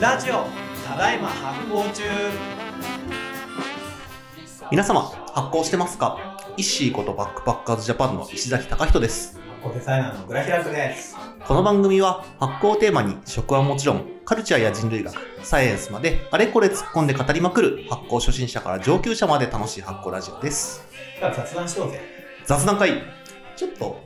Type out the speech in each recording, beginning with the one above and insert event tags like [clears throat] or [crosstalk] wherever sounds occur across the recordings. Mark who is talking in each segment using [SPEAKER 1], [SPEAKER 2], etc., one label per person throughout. [SPEAKER 1] ラジオただいま発行中
[SPEAKER 2] 皆様、発行してますかイッシーことバックパッカーズジャパンの石崎隆人です。
[SPEAKER 1] 発行デザイナーのグラヒラズです
[SPEAKER 2] この番組は発行をテーマに食はもちろんカルチャーや人類学、サイエンスまであれこれ突っ込んで語りまくる発行初心者から上級者まで楽しい発行ラジオです。
[SPEAKER 1] 雑談しようぜ
[SPEAKER 2] 雑談会、ちょっと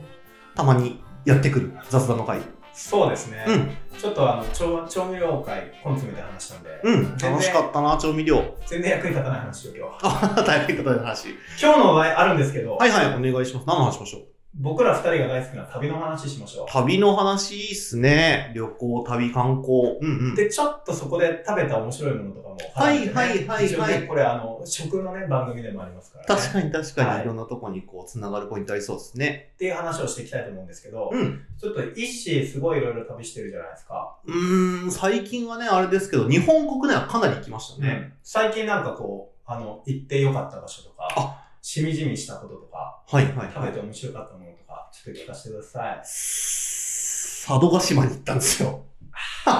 [SPEAKER 2] たまにやってくる雑談の会。
[SPEAKER 1] そうですね、
[SPEAKER 2] うん、
[SPEAKER 1] ちょっとあの調調味料会コンツみたいな話なんで、
[SPEAKER 2] うん、楽しかったな、調味料。 [laughs]
[SPEAKER 1] 全然役に立たない話を今日は
[SPEAKER 2] あ、大変ことの話。
[SPEAKER 1] 今日の話題あるんですけど、
[SPEAKER 2] はいはい、お願いします。何の話しましょう
[SPEAKER 1] 僕ら二人が大好きな旅の話しましょ
[SPEAKER 2] 旅の話いいっすね。旅行、旅、観光。うんう
[SPEAKER 1] う。
[SPEAKER 2] ん。
[SPEAKER 1] で、ちょっとそこで食べた面白いものとかも、
[SPEAKER 2] はいはいはいはい
[SPEAKER 1] 一応ね、これあの、食のね、番組でもありますから、ね。
[SPEAKER 2] 確かに確かに、
[SPEAKER 1] はい
[SPEAKER 2] い、ろんなとこにこう、つながるポイントありそうですね。
[SPEAKER 1] っていう話をしていきたいと思うんですけど、
[SPEAKER 2] うん。
[SPEAKER 1] ちょっと一ーすごいいろいろ旅してるじゃないですか。
[SPEAKER 2] うーん、最近はね、あれですけど、日本国内はかなり行きましたね。
[SPEAKER 1] 最近なんかこう、あの、行ってよかった場所とか
[SPEAKER 2] あ、
[SPEAKER 1] しみじみしたこととか、
[SPEAKER 2] はいはい
[SPEAKER 1] 食
[SPEAKER 2] は
[SPEAKER 1] べ
[SPEAKER 2] い。
[SPEAKER 1] て面白かったものとか、ちょっと聞かせてください。
[SPEAKER 2] 佐渡島に行ったんですよ。
[SPEAKER 1] こ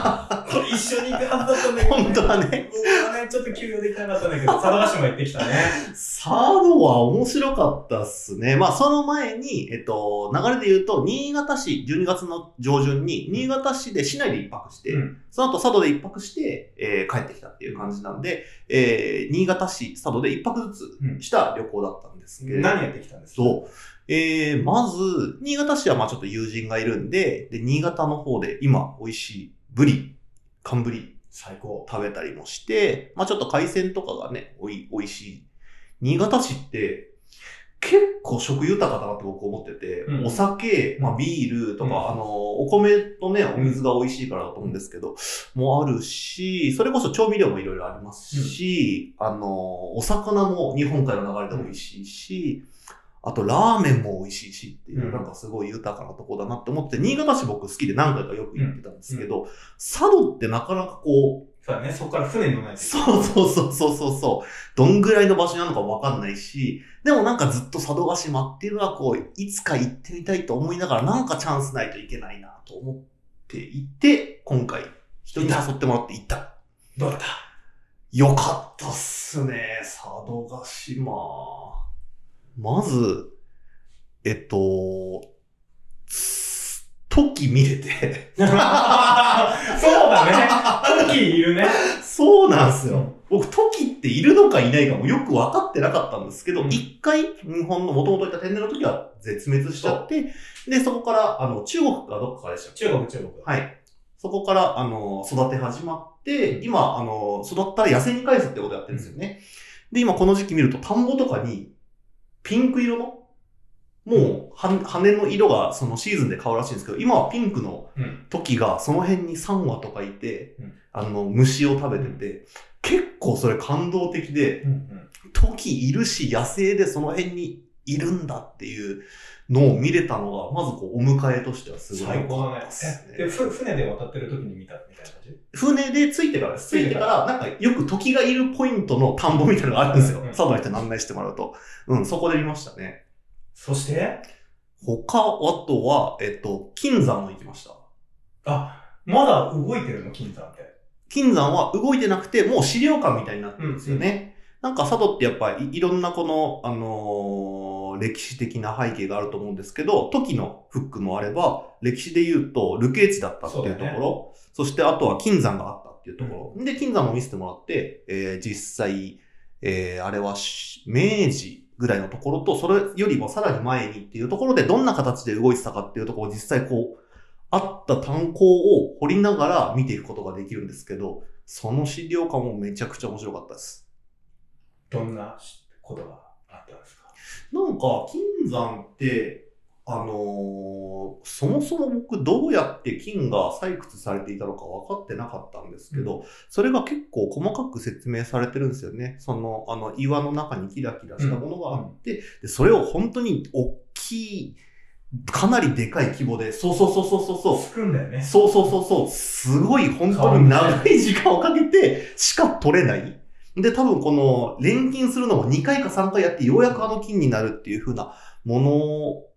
[SPEAKER 1] れ一緒に行くはずだったんだけど、
[SPEAKER 2] 本当はね。
[SPEAKER 1] 僕はね、ちょっと休養できなかったんだけど、佐渡島行ってきたね。
[SPEAKER 2] 佐渡は面白かったっすね。まあ、その前に、えっと、流れで言うと、新潟市、12月の上旬に、新潟市で市内で一泊して、
[SPEAKER 1] うん
[SPEAKER 2] その後佐渡で一泊して、えー帰ってきたっていう感じなんで、えー新潟市、佐渡で一泊ずつした旅行だったんですけれど、
[SPEAKER 1] 何やってきたんですか
[SPEAKER 2] そう。えー、まず、新潟市はまあちょっと友人がいるんで、で、新潟の方で今、美味しいブリ、寒ブリ
[SPEAKER 1] 最高。
[SPEAKER 2] 食べたりもして、まあちょっと海鮮とかがね、おい、美味しい。新潟市って、結構食豊かだなって僕思ってて、
[SPEAKER 1] うん
[SPEAKER 2] お酒、まあビールとか、
[SPEAKER 1] うん
[SPEAKER 2] あの、お米とね、お水が美味しいからだと思うんですけど、もあるし、それこそ調味料もいろいろありますし、あの、お魚も日本海の流れで美味しいし、あとラーメンも美味しいしってい
[SPEAKER 1] う
[SPEAKER 2] う、
[SPEAKER 1] ん
[SPEAKER 2] なんかすごい豊かなとこだなって思って、新潟市僕好きで何回かよく行ってたんですけど、佐渡ってなかなかこう、
[SPEAKER 1] そうだね、そこから船に乗らないといけない
[SPEAKER 2] そうそうそうそうそうそう。どんぐらいの場所なのかわかんないし、でもなんかずっと佐渡島っていうのはこう、いつか行ってみたいと思いながら、なんかチャンスないといけないなと思っていて、今回、人に誘ってもらって行った。
[SPEAKER 1] どうだった
[SPEAKER 2] よかったっすね、佐渡島。まず、えっと、つ時見れ [laughs] て。
[SPEAKER 1] そうだね。トッキーいるね。
[SPEAKER 2] そうなんすよ。僕、トキっているのかいないかもよく分かってなかったんですけ
[SPEAKER 1] う
[SPEAKER 2] ど、
[SPEAKER 1] ん
[SPEAKER 2] 一、回、日本の元々いた天然の時は絶滅しちゃって、で、そこから、あの、中国かどっかでしたっけ
[SPEAKER 1] 中国、中国。
[SPEAKER 2] はい。そこから、あの、育て始まって、今、あの、育ったら野生に返すってことやってるんですよね。で、今この時期見ると、田んぼとかに、ピンク色の、もう、は羽の色がそのシーズンで変わるらしいんですけど、今はピンクの
[SPEAKER 1] うん
[SPEAKER 2] 時がその辺に3羽とかいて、
[SPEAKER 1] うん
[SPEAKER 2] あの、虫を食べてて、結構それ感動的で、
[SPEAKER 1] うんうん
[SPEAKER 2] 時いるし野生でその辺にいるんだっていうのを見れたのが、まずこうお迎えとしてはすごい
[SPEAKER 1] 最
[SPEAKER 2] 良
[SPEAKER 1] 高
[SPEAKER 2] かっ
[SPEAKER 1] だ
[SPEAKER 2] た
[SPEAKER 1] ね
[SPEAKER 2] っす。
[SPEAKER 1] えで、ふ船で渡ってる時に見たみたいな感じ
[SPEAKER 2] 船で着いてからです。
[SPEAKER 1] 着
[SPEAKER 2] 着
[SPEAKER 1] い
[SPEAKER 2] い
[SPEAKER 1] て
[SPEAKER 2] て
[SPEAKER 1] か
[SPEAKER 2] からら、なんかよく時がいるポイントの田んぼみたいなのがあるんですよ
[SPEAKER 1] うん。
[SPEAKER 2] 佐渡の人に案内してもらうと。うん、そこで見ましたね。
[SPEAKER 1] そして、
[SPEAKER 2] 他、あとは、えっと、金山も行きました。
[SPEAKER 1] あ、まだ動いてるの金山って。
[SPEAKER 2] 金山は動いてなくて、もう資料館みたいになってるんですよね。なんか佐渡ってやっぱりいいろんなこの、あのー歴史的な背景があると思うんですけど、時のフックもあれば、歴史で言うと、流刑地だったっていうとこ
[SPEAKER 1] そうだ
[SPEAKER 2] ろ、そしてあとは金山があったっていうところ。で、金山も見せてもらって、えー実際、えーあれはし明治ぐらいのところと、それよりもさらに前にっていうところで、どんな形で動いてたかっていうところを実際こう、あった炭鉱を掘りながら見ていくことができるんですけど、その資料館もめちゃくちゃ面白かったです。
[SPEAKER 1] どんなことがあったんですか
[SPEAKER 2] なんか、金山って、あのーそもそも僕どうやって金が採掘されていたのか分かってなかったんですけど、それが結構細かく説明されてるんですよね。その、あの、岩の中にキラキラしたものがあって、で、それを本当に大きい、かなりでかい規模で、そうそうそうそうそうそう、
[SPEAKER 1] つくんだよね。
[SPEAKER 2] そうそうそうそう、すごい本当に長い時間をかけてしか取れない。で、多分この錬金するのも2回か3回やってようやくあの金になるっていう風なものを、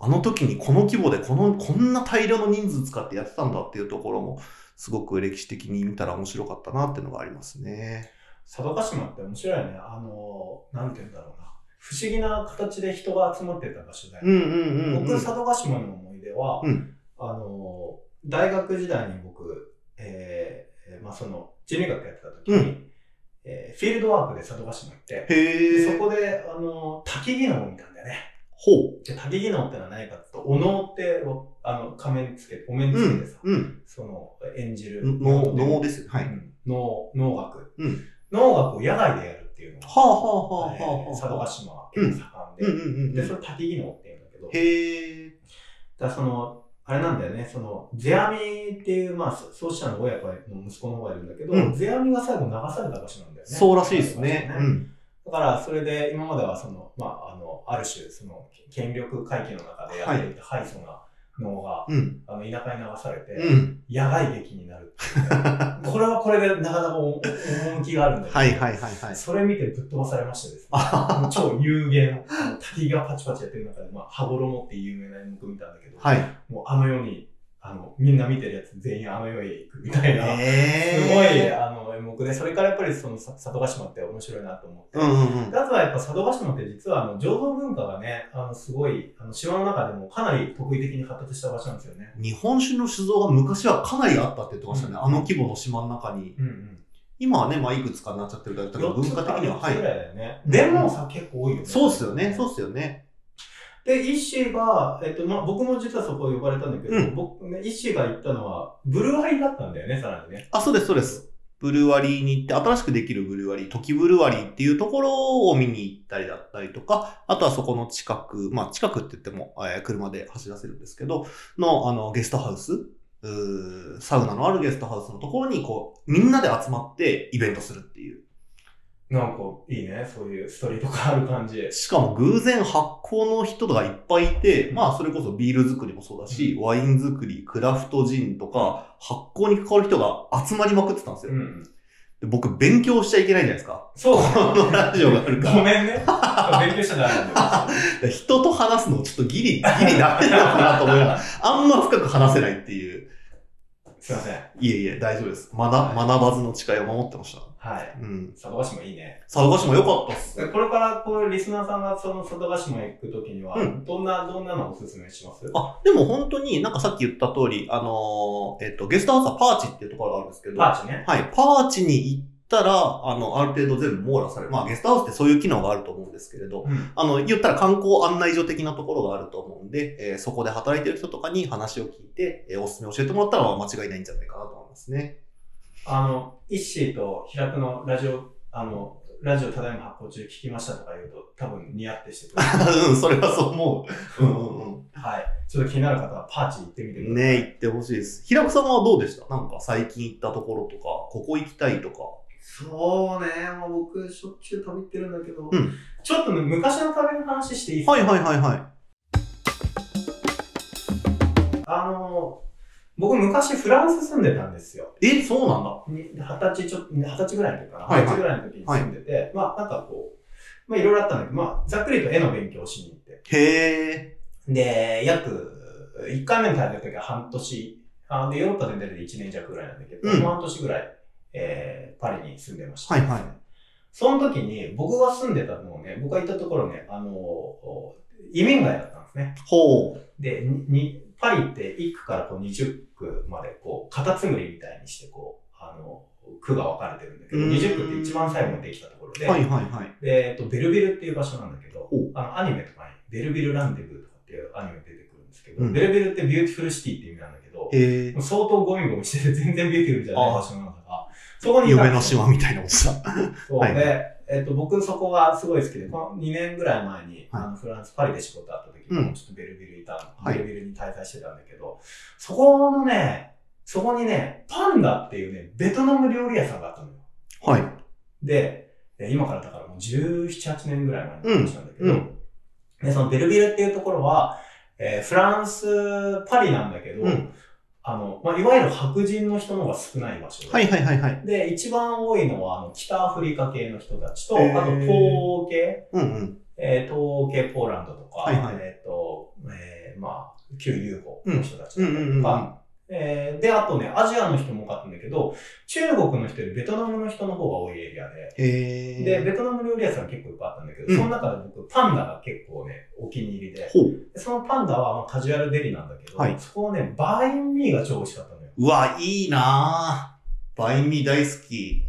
[SPEAKER 2] あの時にこの規模でこの、こんな大量の人数使ってやってたんだっていうところも、すごく歴史的に見たら面白かったなっていうのがありますね。
[SPEAKER 1] 佐渡島って面白いよね。あの、なんて言うんだろうな。不思議な形で人が集まってた場所だよね。
[SPEAKER 2] うんうんうん、うん。
[SPEAKER 1] 僕、佐渡島の思い出は、
[SPEAKER 2] うん
[SPEAKER 1] あの、大学時代に僕、えーまあその、人類学やってた時に、
[SPEAKER 2] うん
[SPEAKER 1] えーフィールドワークで佐渡島行って、
[SPEAKER 2] へ
[SPEAKER 1] そ
[SPEAKER 2] ー。
[SPEAKER 1] こで、あの、滝技能を見たんだよね。
[SPEAKER 2] ほ
[SPEAKER 1] で、滝技能ってのは何かっていうと、お能って、おあの、仮面つけて、お面
[SPEAKER 2] う。う
[SPEAKER 1] つけて
[SPEAKER 2] ん
[SPEAKER 1] さ、、
[SPEAKER 2] うん。
[SPEAKER 1] その、演じる。
[SPEAKER 2] の、能ですよ。は
[SPEAKER 1] う
[SPEAKER 2] い。
[SPEAKER 1] ん能、能楽。
[SPEAKER 2] うん
[SPEAKER 1] 能楽を野外でやるっていうのが
[SPEAKER 2] はあはあはあはあはあ
[SPEAKER 1] えー佐渡島は結構盛んで、
[SPEAKER 2] うんうんうんう
[SPEAKER 1] で、そ
[SPEAKER 2] ん。
[SPEAKER 1] れ滝技能って言うんだけど、だか
[SPEAKER 2] へー。
[SPEAKER 1] らその、あれなんだよね、その、ゼアミっていう、まあ、そ創始者の親子の息子の方がいるんだけど、
[SPEAKER 2] うん
[SPEAKER 1] ゼアミが最後流された場所なんだよね。
[SPEAKER 2] そうらしいですね。
[SPEAKER 1] 佐渡
[SPEAKER 2] う
[SPEAKER 1] 島ね
[SPEAKER 2] ん。
[SPEAKER 1] だから、それで、今まではその、まあ、あの、ある種、その、権力階級の中でやっていた敗訴な能が、
[SPEAKER 2] うん。
[SPEAKER 1] あの、田舎に流されて、
[SPEAKER 2] うん。
[SPEAKER 1] 野外劇になるっていう [laughs] ねこれはこれでなかなかお趣があるんだけど、
[SPEAKER 2] はいはいはいはい。
[SPEAKER 1] それ見てぶっ飛ばされましてですね。
[SPEAKER 2] あ
[SPEAKER 1] もう超有限、あの滝がパチパチやってる中で、まあ、羽衣っていう有名な演目見たんだけど、
[SPEAKER 2] はい。
[SPEAKER 1] もうあの世に、あの、みんな見てるやつ全員あの世へ行くみたいな、
[SPEAKER 2] え
[SPEAKER 1] すごい、あの、演目で、それからやっぱりその、さ佐渡島って面白いなと思って、
[SPEAKER 2] うんうんうん。
[SPEAKER 1] あとはやっぱ佐渡島って実はあの醸造文化がね、あのすごいあの島の中でもかなり特異的に発達した場所なんですよね。
[SPEAKER 2] 日本酒の酒造が昔はかなりあったって言ってましたね。
[SPEAKER 1] うん
[SPEAKER 2] あの規模の島の中に。
[SPEAKER 1] うんうん。
[SPEAKER 2] 今はね、まあ、いくつかになっちゃってるけど、だけど文化的には、は
[SPEAKER 1] 4つぐら
[SPEAKER 2] い。
[SPEAKER 1] いだよね。でもさ、結構多いよね。
[SPEAKER 2] そうっすよね、そうっすよね。
[SPEAKER 1] で、イッシーが、えっと、まあ、僕も実はそこ呼ばれたんだけど、
[SPEAKER 2] うん
[SPEAKER 1] 僕ね、イッシーが行ったのは、ブルワリーだったんだよね、さらにね。
[SPEAKER 2] あ、そうです、そうです。ブルワリーに行って、新しくできるブルワリー、時ブルワリーっていうところを見に行ったりだったりとか、あとはそこの近く、まあ近くって言っても、えー車で走らせるんですけど、の、あの、ゲストハウス、うーサウナのあるゲストハウスのところに、こう、みんなで集まってイベントするっていう。
[SPEAKER 1] なんか、いいね、そういうストリートがある感じ。
[SPEAKER 2] しかも偶然発酵の人がいっぱいいて、まあそれこそビール作りもそうだし、ワイン作り、クラフトジンとか、発酵に関わる人が集まりまくってたんですよ。
[SPEAKER 1] うん。
[SPEAKER 2] で僕勉強しちゃいけないじゃないですか。
[SPEAKER 1] そう。
[SPEAKER 2] このラジオがあるから
[SPEAKER 1] ごめんね。勉強しちゃダメなんだよ。
[SPEAKER 2] [laughs] だから人と話すのちょっとギリ、ギリダメなのかなと思いながら、あんま深く話せないっていう。
[SPEAKER 1] すいません。
[SPEAKER 2] いえいえ、大丈夫です。学、学ばずの誓いを守ってました。
[SPEAKER 1] はい。
[SPEAKER 2] うん。
[SPEAKER 1] 佐渡島いいね。
[SPEAKER 2] 佐渡島良かったっ
[SPEAKER 1] これ
[SPEAKER 2] す。
[SPEAKER 1] から、こう、リスナーさんがその佐渡島へ行くときには、
[SPEAKER 2] うん
[SPEAKER 1] どんな、どんなのおすすめします
[SPEAKER 2] あ、でも本当になんかさっき言った通り、あのーえっと、ゲストハウスはパーチっていうところがあるんですけど、
[SPEAKER 1] パーチね。
[SPEAKER 2] はい。パーチに行ったら、あの、ある程度全部網羅される。まあ、ゲストハウスってそういう機能があると思うんですけれど、
[SPEAKER 1] うん。
[SPEAKER 2] あの、言ったら観光案内所的なところがあると思うんで、えーそこで働いてる人とかに話を聞いて、えーおすすめ教えてもらったらまあ間違いないんじゃないかなと思いますね。
[SPEAKER 1] あの、イッシーと平久のラジオ、あの、ラジオただいま発行中聞きましたとか言うと、多分ニヤってしてくれる。
[SPEAKER 2] [laughs] うん、それはそう思う。うんうん
[SPEAKER 1] はい。ちょっと気になる方はパーチ行ってみて
[SPEAKER 2] う
[SPEAKER 1] く
[SPEAKER 2] ん。
[SPEAKER 1] ださい。
[SPEAKER 2] ね行ってほしいです。平子さんはどうでしたなんか最近行ったところとか、ここ行きたいとか。
[SPEAKER 1] そうね。もう僕、しょっちゅう旅行ってるんだけど、
[SPEAKER 2] うん
[SPEAKER 1] ちょっとね昔の旅の話していいですか
[SPEAKER 2] はいはいはいはい。
[SPEAKER 1] あの、僕、昔フランス住んでたんですよ。
[SPEAKER 2] え、そうなんだ。
[SPEAKER 1] に二十歳ちょっと、二十歳ぐらいの時かな。
[SPEAKER 2] はい
[SPEAKER 1] 二十
[SPEAKER 2] はい
[SPEAKER 1] 歳ぐらいの時に住んでて、まあ、なんかこう、まあ、いろいろあったんだけど、まあ、ざっくりと絵の勉強をしに行って。
[SPEAKER 2] へ
[SPEAKER 1] で、約、1回目の旅の時は半年、あで、ヨーロッパ全体で1年弱ぐらいなんだけど、
[SPEAKER 2] うん
[SPEAKER 1] もう半年ぐらい、えー、パリに住んでました、
[SPEAKER 2] はいはい
[SPEAKER 1] その時に、僕が住んでたのをね、僕が行ったところね、あのお移民街だったんですね
[SPEAKER 2] ー。。ほう。
[SPEAKER 1] で、ににパリって1区からこう20区まで、こう、カタツムリみたいにして、こう、あの、区が分かれてるんだけど、
[SPEAKER 2] うん
[SPEAKER 1] 20区って一番最後にできたところで、
[SPEAKER 2] はいはいはい。
[SPEAKER 1] で、えっと、ベルビルっていう場所なんだけど
[SPEAKER 2] お、
[SPEAKER 1] あの、アニメとかに、ベルビルランデブーとかっていうアニメ出てくるんですけど、
[SPEAKER 2] うん
[SPEAKER 1] ベルビルってビューティフルシティって意味なんだけど、
[SPEAKER 2] へー
[SPEAKER 1] もう相当ゴミゴミしてて全然ビューティフルじゃない場所なんだが、そこにいた
[SPEAKER 2] 夢
[SPEAKER 1] ん
[SPEAKER 2] の
[SPEAKER 1] ですよ
[SPEAKER 2] 島みたいなおじさん。
[SPEAKER 1] そう、
[SPEAKER 2] はい
[SPEAKER 1] で、えっと、僕そこがすごい好きで、この2年ぐらい前に、
[SPEAKER 2] はい
[SPEAKER 1] あのフランス、パリで仕事あった時
[SPEAKER 2] うん
[SPEAKER 1] に、ちょっとベルビルいた、
[SPEAKER 2] はい
[SPEAKER 1] ベルビルに滞在してたんだけど、そこのね、そこにね、パンダっていうね、ベトナム料理屋さんがあったのよ。
[SPEAKER 2] はい。
[SPEAKER 1] で、え今からだからもう17、8年ぐらい前の話なんだけど、
[SPEAKER 2] うんう
[SPEAKER 1] で、そのベルビルっていうところは、えーフランス、パリなんだけど、
[SPEAKER 2] うん
[SPEAKER 1] あの、まあ、いわゆる白人の人の方が少ない場所で、
[SPEAKER 2] はいはいはいはい。
[SPEAKER 1] で、一番多いのは、あの、北アフリカ系の人たちと、あ
[SPEAKER 2] へー
[SPEAKER 1] と、東欧系、
[SPEAKER 2] うんうん。
[SPEAKER 1] えー東欧系ポーランドとか、
[SPEAKER 2] はいはい
[SPEAKER 1] えっ、と、ええーまあ、旧 UFO の人たちだったり
[SPEAKER 2] うんうんう
[SPEAKER 1] と
[SPEAKER 2] んう
[SPEAKER 1] か、えーで、あとね、アジアの人も多かったんだけど、中国の人よりベトナムの人の方が多いエリアで、
[SPEAKER 2] へえ。
[SPEAKER 1] で、ベトナム料理屋さん結構いっぱいあったんだけど、
[SPEAKER 2] うん
[SPEAKER 1] その中で僕、パンダが結構ね、お気に入りで、
[SPEAKER 2] ほう。
[SPEAKER 1] でそのパンダはまあカジュアルデリなんだけど、
[SPEAKER 2] はい
[SPEAKER 1] そこをね、バーインミーが超美味しかったのよ。
[SPEAKER 2] うわ、いいなぁ。バインミー大好き。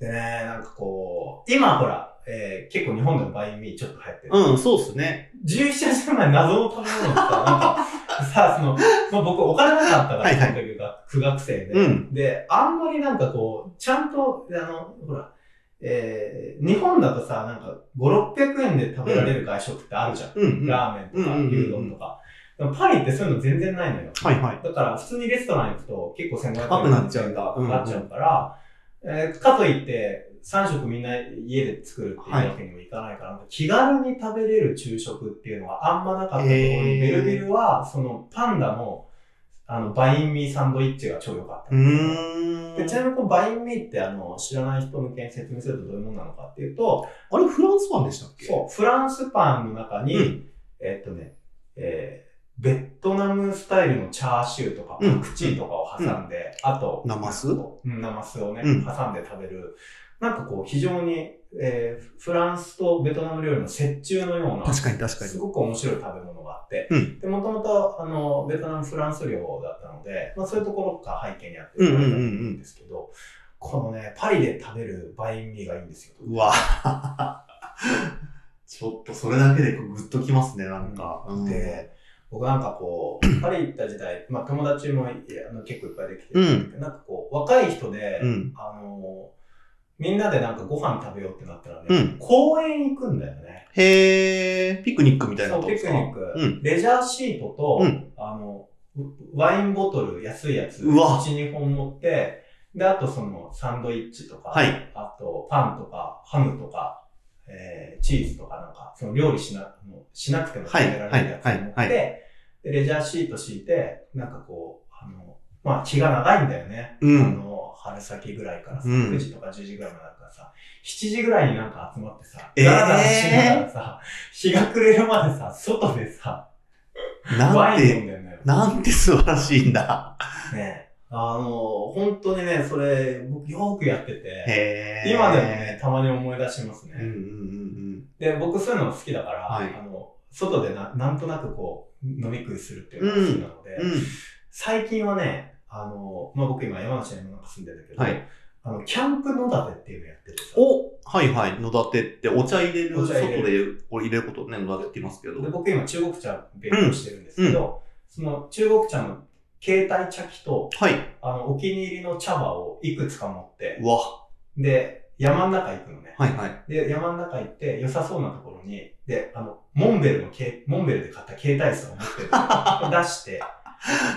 [SPEAKER 1] でね、なんかこう、今ほら、えー結構日本でもバーインミーちょっと流行ってる。
[SPEAKER 2] うん、そうっすね。
[SPEAKER 1] 17年前謎の食べ物ってさ、なんか、 [laughs] さ、その、まあ、僕お金なかったから、
[SPEAKER 2] はいはい
[SPEAKER 1] その時が苦学生で、
[SPEAKER 2] うん
[SPEAKER 1] で、あんまりなんかこう、ちゃんと、あの、ほら、えー日本だとさ、なんか5、600円で食べられる外食ってあるじゃん。
[SPEAKER 2] うん、うん。は
[SPEAKER 1] ラーメンとか
[SPEAKER 2] うんうんうんうん
[SPEAKER 1] 牛丼とか。でもパリってそういうの全然ないのよ。
[SPEAKER 2] いはい。
[SPEAKER 1] だから普通にレストラン行くと結構1500円
[SPEAKER 2] 高くなっちゃうんだ
[SPEAKER 1] かかっちゃうから、えーかといって3食みんな家で作るっていうわけにもいかないから、気軽に食べれる昼食っていうのはあんまなかったところに、
[SPEAKER 2] へー
[SPEAKER 1] ベルビルはそのパンダのあのバインミーサンドイッチが超良かった。
[SPEAKER 2] うーん。
[SPEAKER 1] でちなみにこうバインミーってあの知らない人向けに説明するとどういうものなのかっていうと、
[SPEAKER 2] あれ、フランスパンでしたっけ
[SPEAKER 1] そうフランスパンの中に、
[SPEAKER 2] う
[SPEAKER 1] えっとね、えーベトナムスタイルのチャーシューとか
[SPEAKER 2] うん
[SPEAKER 1] パクチーとかを挟んで、あと、
[SPEAKER 2] 生酢
[SPEAKER 1] うん生酢をね、
[SPEAKER 2] うん
[SPEAKER 1] 挟んで食べる、なんかこう、非常に、えーフランスとベトナム料理の折衷のような、
[SPEAKER 2] 確かに確かに
[SPEAKER 1] す。ごく面白い食べ物があって、
[SPEAKER 2] うん
[SPEAKER 1] で、もともと、あの、ベトナム、フランス領だったので、まあそういうところが背景にあって
[SPEAKER 2] うんうんうんうん
[SPEAKER 1] んですけど、このね、パリで食べるバインミーがいいんですよ。
[SPEAKER 2] うわ [laughs] ちょっとそれだけでグッときますね、なんか。うん
[SPEAKER 1] で、僕なんかこ
[SPEAKER 2] [clears throat]
[SPEAKER 1] う、パリ行った時代、まあ友達もいあの結構いっぱいできて、
[SPEAKER 2] うん
[SPEAKER 1] なんかこう、若い人で、
[SPEAKER 2] うん。
[SPEAKER 1] あのみんなでなんかご飯食べようってなったらね、
[SPEAKER 2] うん
[SPEAKER 1] 公園行くんだよね。
[SPEAKER 2] へー、ピクニックみたいな
[SPEAKER 1] そう、
[SPEAKER 2] こと
[SPEAKER 1] ピ
[SPEAKER 2] です
[SPEAKER 1] ク
[SPEAKER 2] か
[SPEAKER 1] ニック、
[SPEAKER 2] うん
[SPEAKER 1] レジャーシートと、
[SPEAKER 2] うん
[SPEAKER 1] あの、うワインボトル、安いやつ、
[SPEAKER 2] うわ
[SPEAKER 1] 1、2本持って、で、あとその、サンドイッチとか、
[SPEAKER 2] はい
[SPEAKER 1] あと、パンとか、ハムとか、えーチーズとかなんか、その料理しな、もうしなくても食べられるやつを持って、
[SPEAKER 2] はいはいはいはい
[SPEAKER 1] で、レジャーシート敷いて、なんかこう、あの、まあ、気が長いんだよね。
[SPEAKER 2] う
[SPEAKER 1] あ
[SPEAKER 2] ん。
[SPEAKER 1] の、春先ぐらいからさ、
[SPEAKER 2] うん
[SPEAKER 1] 9時とか10時ぐらいまでだからさ、7時ぐらいになんか集まってさ、
[SPEAKER 2] えー
[SPEAKER 1] ダラダラしながらさ、日が暮れるまでさ、外でさ、
[SPEAKER 2] な
[SPEAKER 1] ワ
[SPEAKER 2] ん
[SPEAKER 1] イン飲
[SPEAKER 2] て、
[SPEAKER 1] んでんだよ。
[SPEAKER 2] なんて素晴らしいんだ。
[SPEAKER 1] ねあの、本当にね、それ、僕よくやってて、
[SPEAKER 2] へー。
[SPEAKER 1] 今でもね、。たまに思い出しますね。
[SPEAKER 2] うんうんうん
[SPEAKER 1] で、僕そういうの好きだから、
[SPEAKER 2] はい
[SPEAKER 1] あの、外でななんとなくこう、飲み食いするっていうのが好きなので、
[SPEAKER 2] うん。うん。
[SPEAKER 1] 最近はね、あの、まあ、僕今山梨にもなんか住んでるんだけど、
[SPEAKER 2] はい
[SPEAKER 1] あの、キャンプ野立てっていうのやっててさ、
[SPEAKER 2] おはいはい。野立てって、お茶入れる、
[SPEAKER 1] お
[SPEAKER 2] 外
[SPEAKER 1] 茶入れ
[SPEAKER 2] でお入れることね、野立てって言いますけど。
[SPEAKER 1] で僕今中国茶勉強してるんですけど、その中国茶の携帯茶器と、
[SPEAKER 2] はい。
[SPEAKER 1] あの、お気に入りの茶葉をいくつか持って、
[SPEAKER 2] うわ。
[SPEAKER 1] で、山の中行くのね。
[SPEAKER 2] はいはい。
[SPEAKER 1] で、山の中行って、良さそうなところに、で、あの、モンベルのけ、モンベルで買った携帯数を持ってる
[SPEAKER 2] [laughs]
[SPEAKER 1] 出して、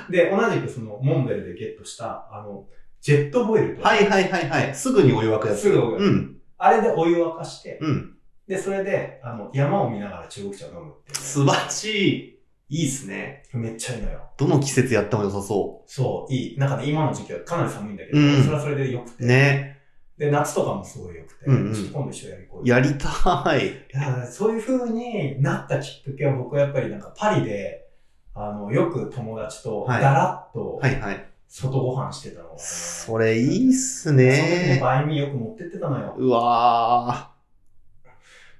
[SPEAKER 1] で、同じくその、モンベルでゲットした、あの、ジェットボイルと、
[SPEAKER 2] はいはいはいはい。すぐにお湯沸くやつ。
[SPEAKER 1] すぐお湯沸く
[SPEAKER 2] うん。
[SPEAKER 1] あれでお湯を沸かして、
[SPEAKER 2] うん。
[SPEAKER 1] で、それで、あの、山を見ながら中国茶を飲むっていうね、
[SPEAKER 2] 素晴らしい。いいっすね。
[SPEAKER 1] めっちゃいいのよ。
[SPEAKER 2] どの季節やっても良さそ
[SPEAKER 1] そう、いい。なんかね、今の時期はかなり寒いんだけど、
[SPEAKER 2] うん
[SPEAKER 1] それはそれで良くて。
[SPEAKER 2] う。ね。
[SPEAKER 1] で、夏とかもすごい良くて、
[SPEAKER 2] うんうん
[SPEAKER 1] ちょっと今度一緒にやりこうよ
[SPEAKER 2] やりたい。
[SPEAKER 1] だからそういう風になったきっかけは僕はやっぱりなんかパリで、あの、よく友達と
[SPEAKER 2] は
[SPEAKER 1] だ
[SPEAKER 2] い
[SPEAKER 1] らっと
[SPEAKER 2] はいはい。
[SPEAKER 1] 外ご飯してたの、
[SPEAKER 2] それいいっす
[SPEAKER 1] その時に
[SPEAKER 2] ね。
[SPEAKER 1] バインミーよく持ってってたのよ。
[SPEAKER 2] うわ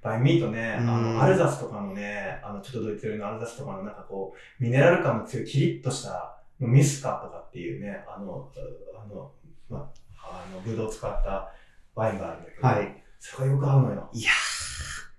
[SPEAKER 1] バインミーとね、あ
[SPEAKER 2] うん
[SPEAKER 1] の、アルザスとかのね、あの、ちょっとドイツ料理のアルザスとかのなんかこう、ミネラル感の強いキリッとした、ミスカとかっていうね、あの、あの、まあ、あの、ブドウを使ったワインがあるんだけ
[SPEAKER 2] ー。
[SPEAKER 1] ど、
[SPEAKER 2] はい。
[SPEAKER 1] それがよく合うのよ。
[SPEAKER 2] いやー。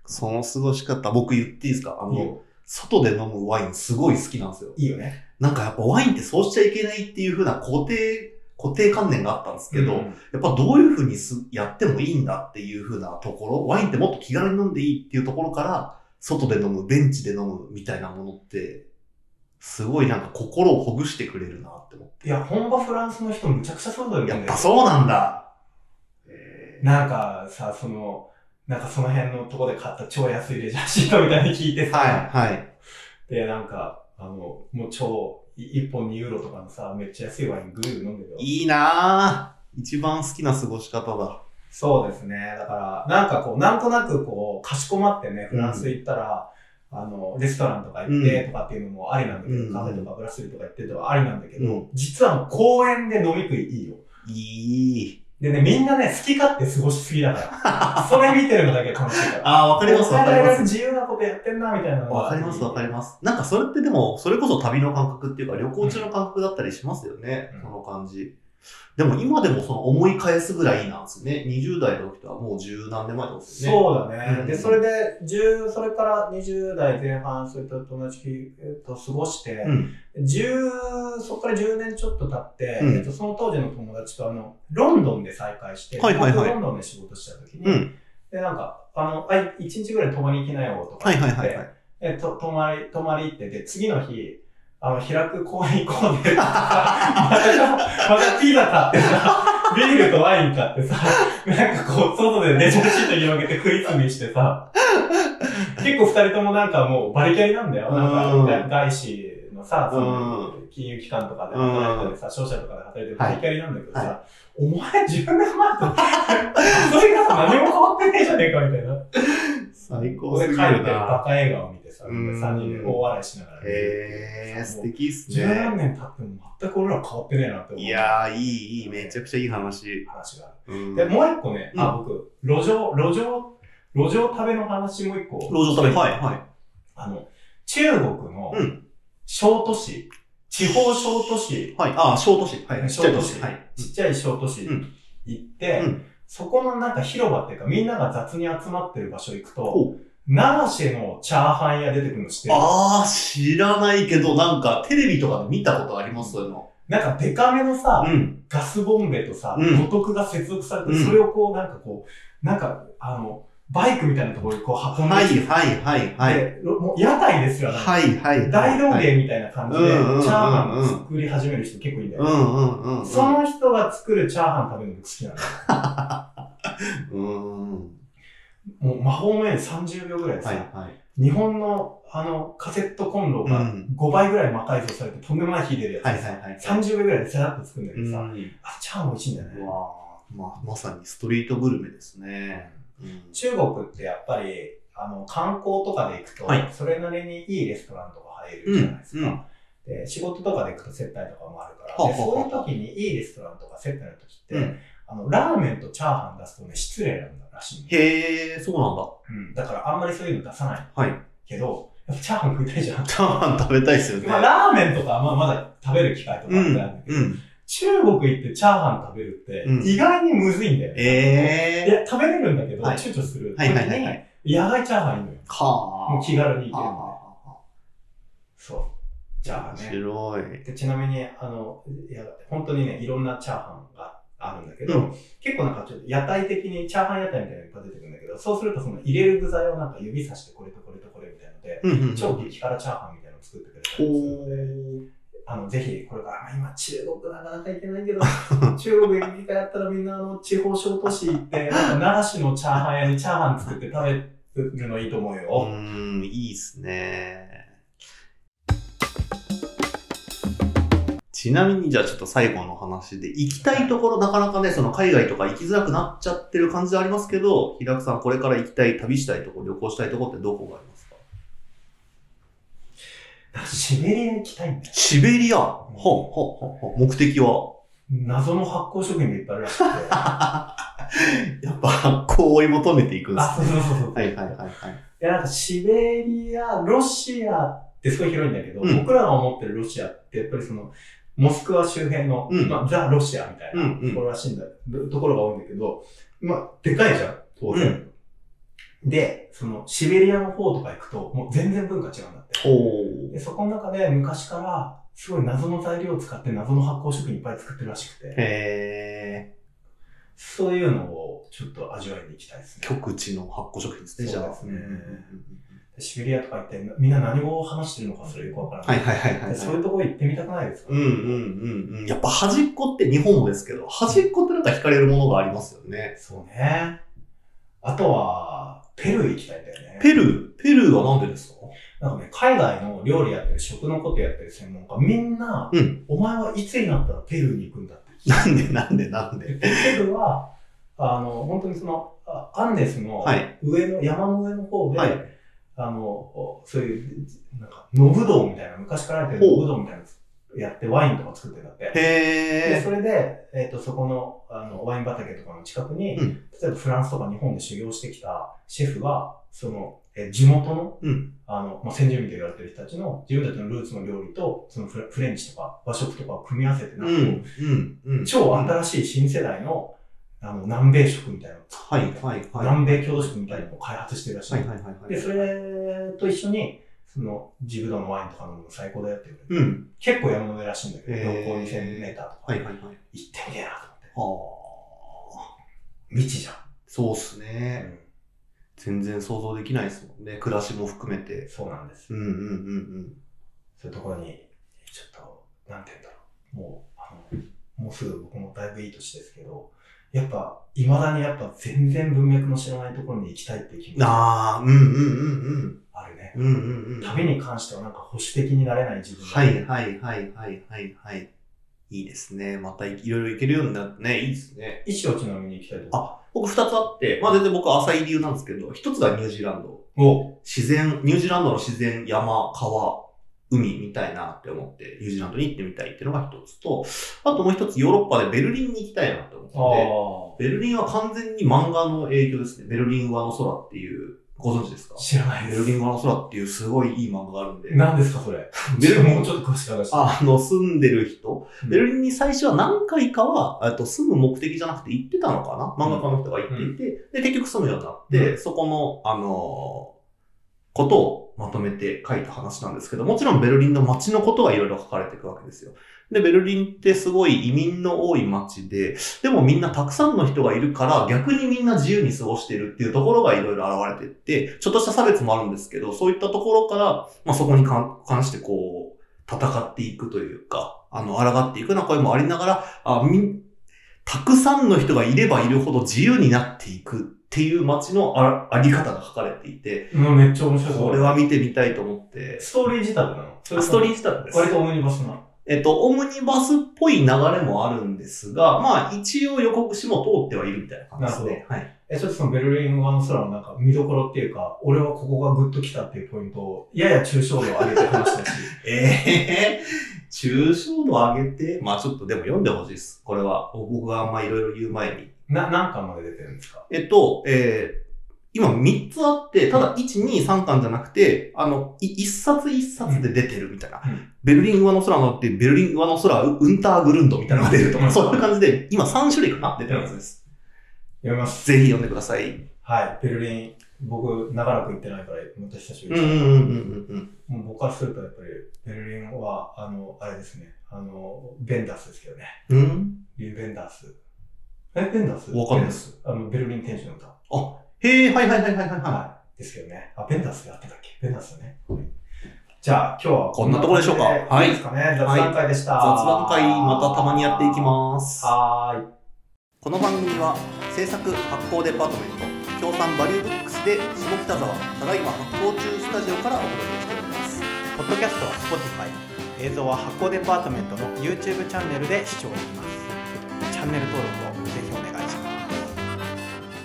[SPEAKER 2] その過ごし方、僕言っていいですかあ
[SPEAKER 1] いい
[SPEAKER 2] の、
[SPEAKER 1] よ。
[SPEAKER 2] 外で飲むワインすごい好きなんですよ。
[SPEAKER 1] いいよね。
[SPEAKER 2] なんかやっぱワインってそうしちゃいけないっていう風な固定、固定観念があったんですけど、
[SPEAKER 1] うん
[SPEAKER 2] やっぱどういう風にすやってもいいんだっていう風なところ、ワインってもっと気軽に飲んでいいっていうところから、外で飲む、ベンチで飲むみたいなものって、すごいなんか心をほぐしてくれるなって思っ
[SPEAKER 1] いや、本場フランスの人むちゃくちゃそうだよ
[SPEAKER 2] て。
[SPEAKER 1] ね。
[SPEAKER 2] やっぱそうなんだ。えー
[SPEAKER 1] なんかさ、その、なんかその辺のとこで買った超安いレジャーシートみたいに聞いてさ、
[SPEAKER 2] はい、はい。
[SPEAKER 1] で、なんか、あの、もう超、い1本2ユーロとかのさ、めっちゃ安いワイングーグー飲んでるよ。
[SPEAKER 2] いいなぁ。一番好きな過ごし方だ。
[SPEAKER 1] そうですね。だから、なんかこう、なんとなくこう、かしこまってね、フランス行ったら、あの、レストランとか行ってとかっていうのもありなんだけど、
[SPEAKER 2] うん
[SPEAKER 1] カフェとかブラスリーとか行ってとかありなんだけど、
[SPEAKER 2] うん
[SPEAKER 1] 実はもう公園で飲み食いいいよ。
[SPEAKER 2] いい。
[SPEAKER 1] でね、みんなね、好き勝手過ごしすぎだ
[SPEAKER 2] [laughs]
[SPEAKER 1] から。それ見てるのだけ楽しいから。
[SPEAKER 2] ああ、わかります、わ
[SPEAKER 1] お
[SPEAKER 2] か
[SPEAKER 1] 互い
[SPEAKER 2] りま
[SPEAKER 1] が
[SPEAKER 2] す。
[SPEAKER 1] 自由なことやってんな、みたいなのが
[SPEAKER 2] わかります、わかります。なんかそれってでも、それこそ旅の感覚っていうか、旅行中の感覚だったりしますよね、
[SPEAKER 1] うん
[SPEAKER 2] その感じ。でも今でもその思い返すぐらいなんですね。20代の時とはもう十何年前ってことですよね。
[SPEAKER 1] そうだね。
[SPEAKER 2] うん
[SPEAKER 1] で、それで、10、それから20代前半、そういった友達と過ごして、
[SPEAKER 2] うん。
[SPEAKER 1] 10そこから10年ちょっと経って、
[SPEAKER 2] うん
[SPEAKER 1] えっと、その当時の友達とあのロンドンで再会して、
[SPEAKER 2] はいはいはい
[SPEAKER 1] 僕ロンドンで仕事した時に、
[SPEAKER 2] うん。
[SPEAKER 1] でなんかあのあ1日ぐらい泊まりに来なよとか
[SPEAKER 2] は
[SPEAKER 1] 言
[SPEAKER 2] い
[SPEAKER 1] って、
[SPEAKER 2] はいはいはい。
[SPEAKER 1] えっと泊まり泊まり行ってで次の日あの開く公園行こうねとかま
[SPEAKER 2] [laughs]
[SPEAKER 1] たまたピザ買ってさビールとワイン買ってさなんかこう外でレジャーシート広げて食いつみしてさ結構二人ともなんかもうバリキャリなんだよ
[SPEAKER 2] うん
[SPEAKER 1] なんか外資のさその
[SPEAKER 2] うん。
[SPEAKER 1] 金融機関とかで働いててさ、商社とかで働いてる
[SPEAKER 2] は
[SPEAKER 1] バ
[SPEAKER 2] い
[SPEAKER 1] リキャリなんだけどさ、お前自分年前と、それがさ、何も変わってねえじゃねえかみたいな。
[SPEAKER 2] 最
[SPEAKER 1] ここ
[SPEAKER 2] 高
[SPEAKER 1] です帰っ
[SPEAKER 2] ぎ
[SPEAKER 1] て
[SPEAKER 2] る
[SPEAKER 1] バ
[SPEAKER 2] な。
[SPEAKER 1] カ映画を見てさ、
[SPEAKER 2] うん
[SPEAKER 1] 3人で大笑いしながら見るって
[SPEAKER 2] へ
[SPEAKER 1] い
[SPEAKER 2] え
[SPEAKER 1] う
[SPEAKER 2] ー、
[SPEAKER 1] さ
[SPEAKER 2] 素
[SPEAKER 1] もう
[SPEAKER 2] 敵っす
[SPEAKER 1] 十何
[SPEAKER 2] ね。
[SPEAKER 1] 年経っても全く俺ら変わってねえなって思う。
[SPEAKER 2] いやー、いい、いい、めちゃくちゃいい話。
[SPEAKER 1] 話があ
[SPEAKER 2] うん
[SPEAKER 1] る。で、もう一個ね、あ、
[SPEAKER 2] う
[SPEAKER 1] 僕、路上、路上、路上食べの話もう一個。
[SPEAKER 2] 路上食べ、はい、は
[SPEAKER 1] あの、中国の
[SPEAKER 2] うん
[SPEAKER 1] 小都市、地方小都市、
[SPEAKER 2] い。はい、ああ、小都市。はい、
[SPEAKER 1] 小都
[SPEAKER 2] ちっ
[SPEAKER 1] 市
[SPEAKER 2] ちゃいはい。
[SPEAKER 1] ちっちゃい小都市
[SPEAKER 2] うん
[SPEAKER 1] 行って、
[SPEAKER 2] うん
[SPEAKER 1] そこのなんか広場っていうか、みんなが雑に集まってる場所行くと、
[SPEAKER 2] ほう
[SPEAKER 1] ナーシェのチャーハン屋出てくるの知ってる
[SPEAKER 2] ああ、知らないけど、なんかテレビとかで見たことあります、そういうの。
[SPEAKER 1] なんかデカめのさ、
[SPEAKER 2] うん。
[SPEAKER 1] ガスボンベとさ、
[SPEAKER 2] うん
[SPEAKER 1] 五徳が接続されて、
[SPEAKER 2] うん
[SPEAKER 1] それをこう、なんかこう、なんか、あの、バイクみたいなところにこう運んで
[SPEAKER 2] は
[SPEAKER 1] きて、
[SPEAKER 2] い、はい、はい、はい。
[SPEAKER 1] でもう屋台ですよ、なんか
[SPEAKER 2] はい、はい。
[SPEAKER 1] 大道
[SPEAKER 2] はい
[SPEAKER 1] 芸みたいな感じで、チ
[SPEAKER 2] う
[SPEAKER 1] ャ
[SPEAKER 2] んうんうんうん
[SPEAKER 1] ーハン作り始める人結構いるんだよ
[SPEAKER 2] う
[SPEAKER 1] ね。
[SPEAKER 2] ん、うん、うん。うん
[SPEAKER 1] そ、の人が作るチャーハン食べるの好きなの。
[SPEAKER 2] うん。
[SPEAKER 1] もう魔法のように30秒ぐらいでさ、
[SPEAKER 2] はい、はい。
[SPEAKER 1] 日本のあのカセットコンロ
[SPEAKER 2] う
[SPEAKER 1] が
[SPEAKER 2] ん
[SPEAKER 1] 5倍ぐらい魔改造されてとんでもない火出るやつ、
[SPEAKER 2] はい、はい、はい。
[SPEAKER 1] 30秒ぐらいでさらっと作るんだけどさ、
[SPEAKER 2] うん
[SPEAKER 1] あチャーハン美味しいんだよね
[SPEAKER 2] うわーまあ、まさにストリートグルメですね。うん
[SPEAKER 1] 中国ってやっぱりあの観光とかで行くと、
[SPEAKER 2] はい
[SPEAKER 1] それなりにいいレストランとか入るじゃないですか、で仕事とかで行くと接待とかもあるから、
[SPEAKER 2] はあはあ
[SPEAKER 1] でそういう時にいいレストランとか接待の時って、
[SPEAKER 2] うん
[SPEAKER 1] あのラーメンとチャーハン出すとね失礼なんだらしいの、
[SPEAKER 2] へえ、そうなんだ。
[SPEAKER 1] うん、だからあんまりそういうの出さない
[SPEAKER 2] はい。 [laughs]
[SPEAKER 1] けどやっぱチャーハン食いたいじゃん
[SPEAKER 2] チャーハン食べたいですよね。
[SPEAKER 1] まあ、ラーメンとかはまあまだ食べる機会とか
[SPEAKER 2] う
[SPEAKER 1] あっ
[SPEAKER 2] ん
[SPEAKER 1] たらあるんだけど、
[SPEAKER 2] うん。
[SPEAKER 1] 中国行ってチャーハン食べるって、
[SPEAKER 2] うん
[SPEAKER 1] 意外にむずいんだよね。い
[SPEAKER 2] ええ。
[SPEAKER 1] や、食べれるんだけど、
[SPEAKER 2] はい
[SPEAKER 1] 躊躇する。
[SPEAKER 2] はいはいはいは
[SPEAKER 1] 時に野外チャーハンいるのよ。
[SPEAKER 2] はあ。
[SPEAKER 1] もう気軽に行けるんで。
[SPEAKER 2] あ
[SPEAKER 1] そう。チャーハ
[SPEAKER 2] あ。
[SPEAKER 1] ン
[SPEAKER 2] 面
[SPEAKER 1] ね。
[SPEAKER 2] 白い。
[SPEAKER 1] でちなみに、あの、いや、本当にね、いろんなチャーハンがあるんだけど、
[SPEAKER 2] う
[SPEAKER 1] 結構なんかちょっと屋台的にチャーハン屋台みたいなのがいっぱい出てくるんだけど、そうするとその入れる具材をなんか指さしてこれとこれとこれみたいなので、
[SPEAKER 2] うんうんうん。
[SPEAKER 1] 超激辛チャーハンみたいなのを作ってくれたりす
[SPEAKER 2] お
[SPEAKER 1] るので。
[SPEAKER 2] ー
[SPEAKER 1] あの、ぜひ、これから、あ今、中国なかなか行けないけど、 [laughs] 中国行く機会あったらみんな、あの、地方小都市行って、なんか、奈良市のチャーハン屋にチャーハン作って食べるのいいと思う
[SPEAKER 2] う
[SPEAKER 1] よ。
[SPEAKER 2] ーん、いいっすね。ちなみに、じゃあちょっと最後の話で、行きたいところ、なかなかね、その海外とか行きづらくなっちゃってる感じはありますけど、平久さん、これから行きたい、旅したいところ、旅行したいところってどこがありますか
[SPEAKER 1] シベリア行きたいんだよ。
[SPEAKER 2] シベリアほうほうほうほう目的は
[SPEAKER 1] 謎の発酵食品がいっぱいあるら
[SPEAKER 2] [laughs]
[SPEAKER 1] しくて。あ、
[SPEAKER 2] やっぱ発酵を追い求めていくんです
[SPEAKER 1] そうそうそうそう。、
[SPEAKER 2] はいいはいはいはい。
[SPEAKER 1] や、なんか、シベリア、ロシアってすごい広いんだけど、
[SPEAKER 2] うん
[SPEAKER 1] 僕らが思ってるロシアって、やっぱりその、モスクワ周辺の、
[SPEAKER 2] うん
[SPEAKER 1] まあ、ザ・ロシアみたいな。
[SPEAKER 2] んう
[SPEAKER 1] ところらしいんだ、ところが多いんだけど、まあ、でかいじゃん、当然。で、その、シベリアの方とか行くと、もう全然文化違うんだって。
[SPEAKER 2] ほう。
[SPEAKER 1] で、そこの中で昔から、すごい謎の材料を使って謎の発酵食品いっぱい作ってるらしくて、
[SPEAKER 2] へえ。
[SPEAKER 1] そういうのをちょっと味わいに行きたいですね。
[SPEAKER 2] 極地の発酵食品ですね、じゃあ。
[SPEAKER 1] そうですね
[SPEAKER 2] んうんうんうん
[SPEAKER 1] シベリアとか行って、みんな何語を話してるのかそれよくわからな。
[SPEAKER 2] はいいはいはいはい、は
[SPEAKER 1] で
[SPEAKER 2] い。
[SPEAKER 1] そういうところ行ってみたくないですか、
[SPEAKER 2] うんうんうんうん。やっぱ端っこって日本もですけど、端っこってなんか惹かれるものがありますよね。
[SPEAKER 1] そうね。あとは、ペルー行きたいんだよね。
[SPEAKER 2] ペルー、ペルーはなんでですか
[SPEAKER 1] なんかね、海外の料理やってる、食のことやってる専門家、みんな、
[SPEAKER 2] うん
[SPEAKER 1] お前はいつになったらペルーに行くんだって。
[SPEAKER 2] なんでなんでなんで。
[SPEAKER 1] ペルーは、あの、本当にその、あアンデスの
[SPEAKER 2] はい
[SPEAKER 1] 上の、山の上の方で、
[SPEAKER 2] はい
[SPEAKER 1] あの、そういう、なんか、野ぶどうみたいな、昔からやってる野ぶどうみたいなのやってワインとか作ってたって。で、
[SPEAKER 2] へ
[SPEAKER 1] それで、えっ、と、そこの、あの、ワイン畑とかの近くに、
[SPEAKER 2] うん
[SPEAKER 1] 例えばフランスとか日本で修行してきたシェフが、その、えー地元の、
[SPEAKER 2] うん
[SPEAKER 1] あの、まあ、先住民と言われてる人たちの、自分たちのルーツの料理と、そのフラフレンチとか和食とかを組み合わせて、
[SPEAKER 2] ー。
[SPEAKER 1] な
[SPEAKER 2] うん
[SPEAKER 1] かこう、
[SPEAKER 2] ん、うん、うん。
[SPEAKER 1] 超
[SPEAKER 2] はい、
[SPEAKER 1] 新しい新世代の、あの、南米食みたいな、
[SPEAKER 2] はい、はい。は
[SPEAKER 1] 南米郷土食みたいなのを開発してるらしい。
[SPEAKER 2] い、はい、はい。
[SPEAKER 1] で、それと一緒に、その、ジブドのワインとか飲むの最高だよって言われて、
[SPEAKER 2] うん。
[SPEAKER 1] 結構山の上らしいんだけど、
[SPEAKER 2] へー
[SPEAKER 1] 標高2000メーターとか、
[SPEAKER 2] はい、はい、はい。
[SPEAKER 1] 行ってみてえなと思って。
[SPEAKER 2] はあ。
[SPEAKER 1] 未知じゃん。
[SPEAKER 2] そうっすね。全然想像できないですもんね。暮らしも含めて。
[SPEAKER 1] そうなんです。
[SPEAKER 2] うん、うん、うん、
[SPEAKER 1] そういうところに、ちょっと、なんて言うんだろう。もう、あの、もうすぐ僕もだいぶいい年ですけど、やっぱ、未だにやっぱ全然文脈の知らないところに行きたいっていう気持
[SPEAKER 2] うん。
[SPEAKER 1] ちが
[SPEAKER 2] ああ、うん、うん、うん、
[SPEAKER 1] あるね。
[SPEAKER 2] うん。うん、うん、うん。
[SPEAKER 1] 旅に関してはなんか保守的になれない自分が
[SPEAKER 2] は、い、はい、はい、はい、はい、はい。いいですね。またいいろいろ行けるようになってね、いいですね。
[SPEAKER 1] 一応ちなみに行きたいと思
[SPEAKER 2] 僕二つあって、まあ全然僕は浅い理由なんですけど、一つがニュージーランド。
[SPEAKER 1] う。
[SPEAKER 2] 自然、ニュージーランドの自然、山、川、海みたいなって思って、ニュージーランドに行ってみたいっていうのが一つと、あともう一つヨーロッパでベルリンに行きたいなって思って
[SPEAKER 1] おあ
[SPEAKER 2] て、ベルリンは完全に漫画の影響ですね。ベルリン上の空っていう、ご存知ですか
[SPEAKER 1] あ。知らない
[SPEAKER 2] ベ
[SPEAKER 1] で
[SPEAKER 2] ル
[SPEAKER 1] す
[SPEAKER 2] リ。ン上の空っていうすごいいい漫画があるんで、
[SPEAKER 1] 何ですか、それ。
[SPEAKER 2] ベルリン
[SPEAKER 1] もうちょっと詳しく話して。
[SPEAKER 2] あの、住んでる人、
[SPEAKER 1] うん
[SPEAKER 2] ベルリンに最初は何回かは、えっと住む目的じゃなくて行ってたのかな漫画家の人が行っていて、で、結局住むようになって、
[SPEAKER 1] う
[SPEAKER 2] そこの、あのーことをまとめて書いた話なんですけど、もちろんベルリンの街のことがいろいろ書かれていくわけですよ。で、ベルリンってすごい移民の多い街で、でもみんなたくさんの人がいるから、逆にみんな自由に過ごしてるっていうところがいろいろ現れてって、ちょっとした差別もあるんですけど、そういったところから、まあ、そこに関関してこう、戦っていくというか、あの、抗っていくような声もありながら、あみんたくさんの人がいればいるほど自由になっていくっていう街のああり方が書かれていて、
[SPEAKER 1] うんめっちゃ面白そう。
[SPEAKER 2] これは見てみたいと思って、
[SPEAKER 1] ストーリー自体なの
[SPEAKER 2] あストーリー
[SPEAKER 1] ー
[SPEAKER 2] 自体です。
[SPEAKER 1] 割とオムニバスなの。
[SPEAKER 2] えっと、オムニバスっぽい流れもあるんですが、まあ一応予告誌も通ってはいるみたいな感じです
[SPEAKER 1] なる
[SPEAKER 2] ね。はい。
[SPEAKER 1] え、ちょっとそのベルリン側の空のなんか見どころっていうか、俺はここがグッときたっていうポイントを、やや抽象度を上げて話したし。 [laughs]
[SPEAKER 2] ええ抽象度上げて、まあちょっとでも読んでほしいです。これは、僕があんまいろいろ言う前に。
[SPEAKER 1] な、何巻まで出てるんですか
[SPEAKER 2] えっと、えー今3つあって、ただ1、2、3巻じゃなくて、あの、い1冊1冊で出てるみたいな。
[SPEAKER 1] うん
[SPEAKER 2] ベルリン上の空のって、ベルリン上の空、ウウンターグルンドみたいなのが出ると
[SPEAKER 1] う
[SPEAKER 2] か、
[SPEAKER 1] ん
[SPEAKER 2] そういう感じで、今3種類かな出てるはずです。
[SPEAKER 1] 読みます。
[SPEAKER 2] ぜひ読んでください。
[SPEAKER 1] はい、ベルリン。僕、長らく行ってないから、また久しぶ
[SPEAKER 2] うん
[SPEAKER 1] り
[SPEAKER 2] うん
[SPEAKER 1] に。
[SPEAKER 2] うんうんうん。
[SPEAKER 1] もう僕からすると、やっぱり、ベルリンは、あの、あれですね。あの、ベンダースですけどね。
[SPEAKER 2] うん
[SPEAKER 1] リューベンダース。え、ベンダース
[SPEAKER 2] わかんないです。
[SPEAKER 1] あの、ベルリン天使の歌。
[SPEAKER 2] へえ、はいはいはいはいはいは
[SPEAKER 1] はい。ですけどね。あ、ベンダースでやってたっけベンダースね。はいじゃあ、今日は
[SPEAKER 2] こんなところでしょうか
[SPEAKER 1] は
[SPEAKER 2] はい
[SPEAKER 1] いいですかね。雑談会でした。
[SPEAKER 2] い。雑談会、またたまにやっていきます。
[SPEAKER 1] はーい。
[SPEAKER 2] この番組は制作発行デパートメント協賛バリューブックスで下北沢ただいま発行中スタジオからお届けしております
[SPEAKER 3] ポッドキャストは Spotify 映像は発行デパートメントの YouTube チャンネルで視聴できますチャンネル登録をぜひお願いします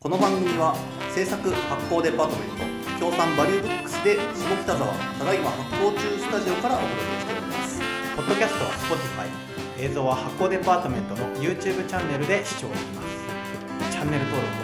[SPEAKER 2] この番組は制作発行デパートメント協賛バリューブックスで下北沢ただいま発行中スタジオからお届けしております
[SPEAKER 3] ポッドキャストは Spotify 映像は発行デパートメントの YouTube チャンネルで視聴できますチャンネル登録を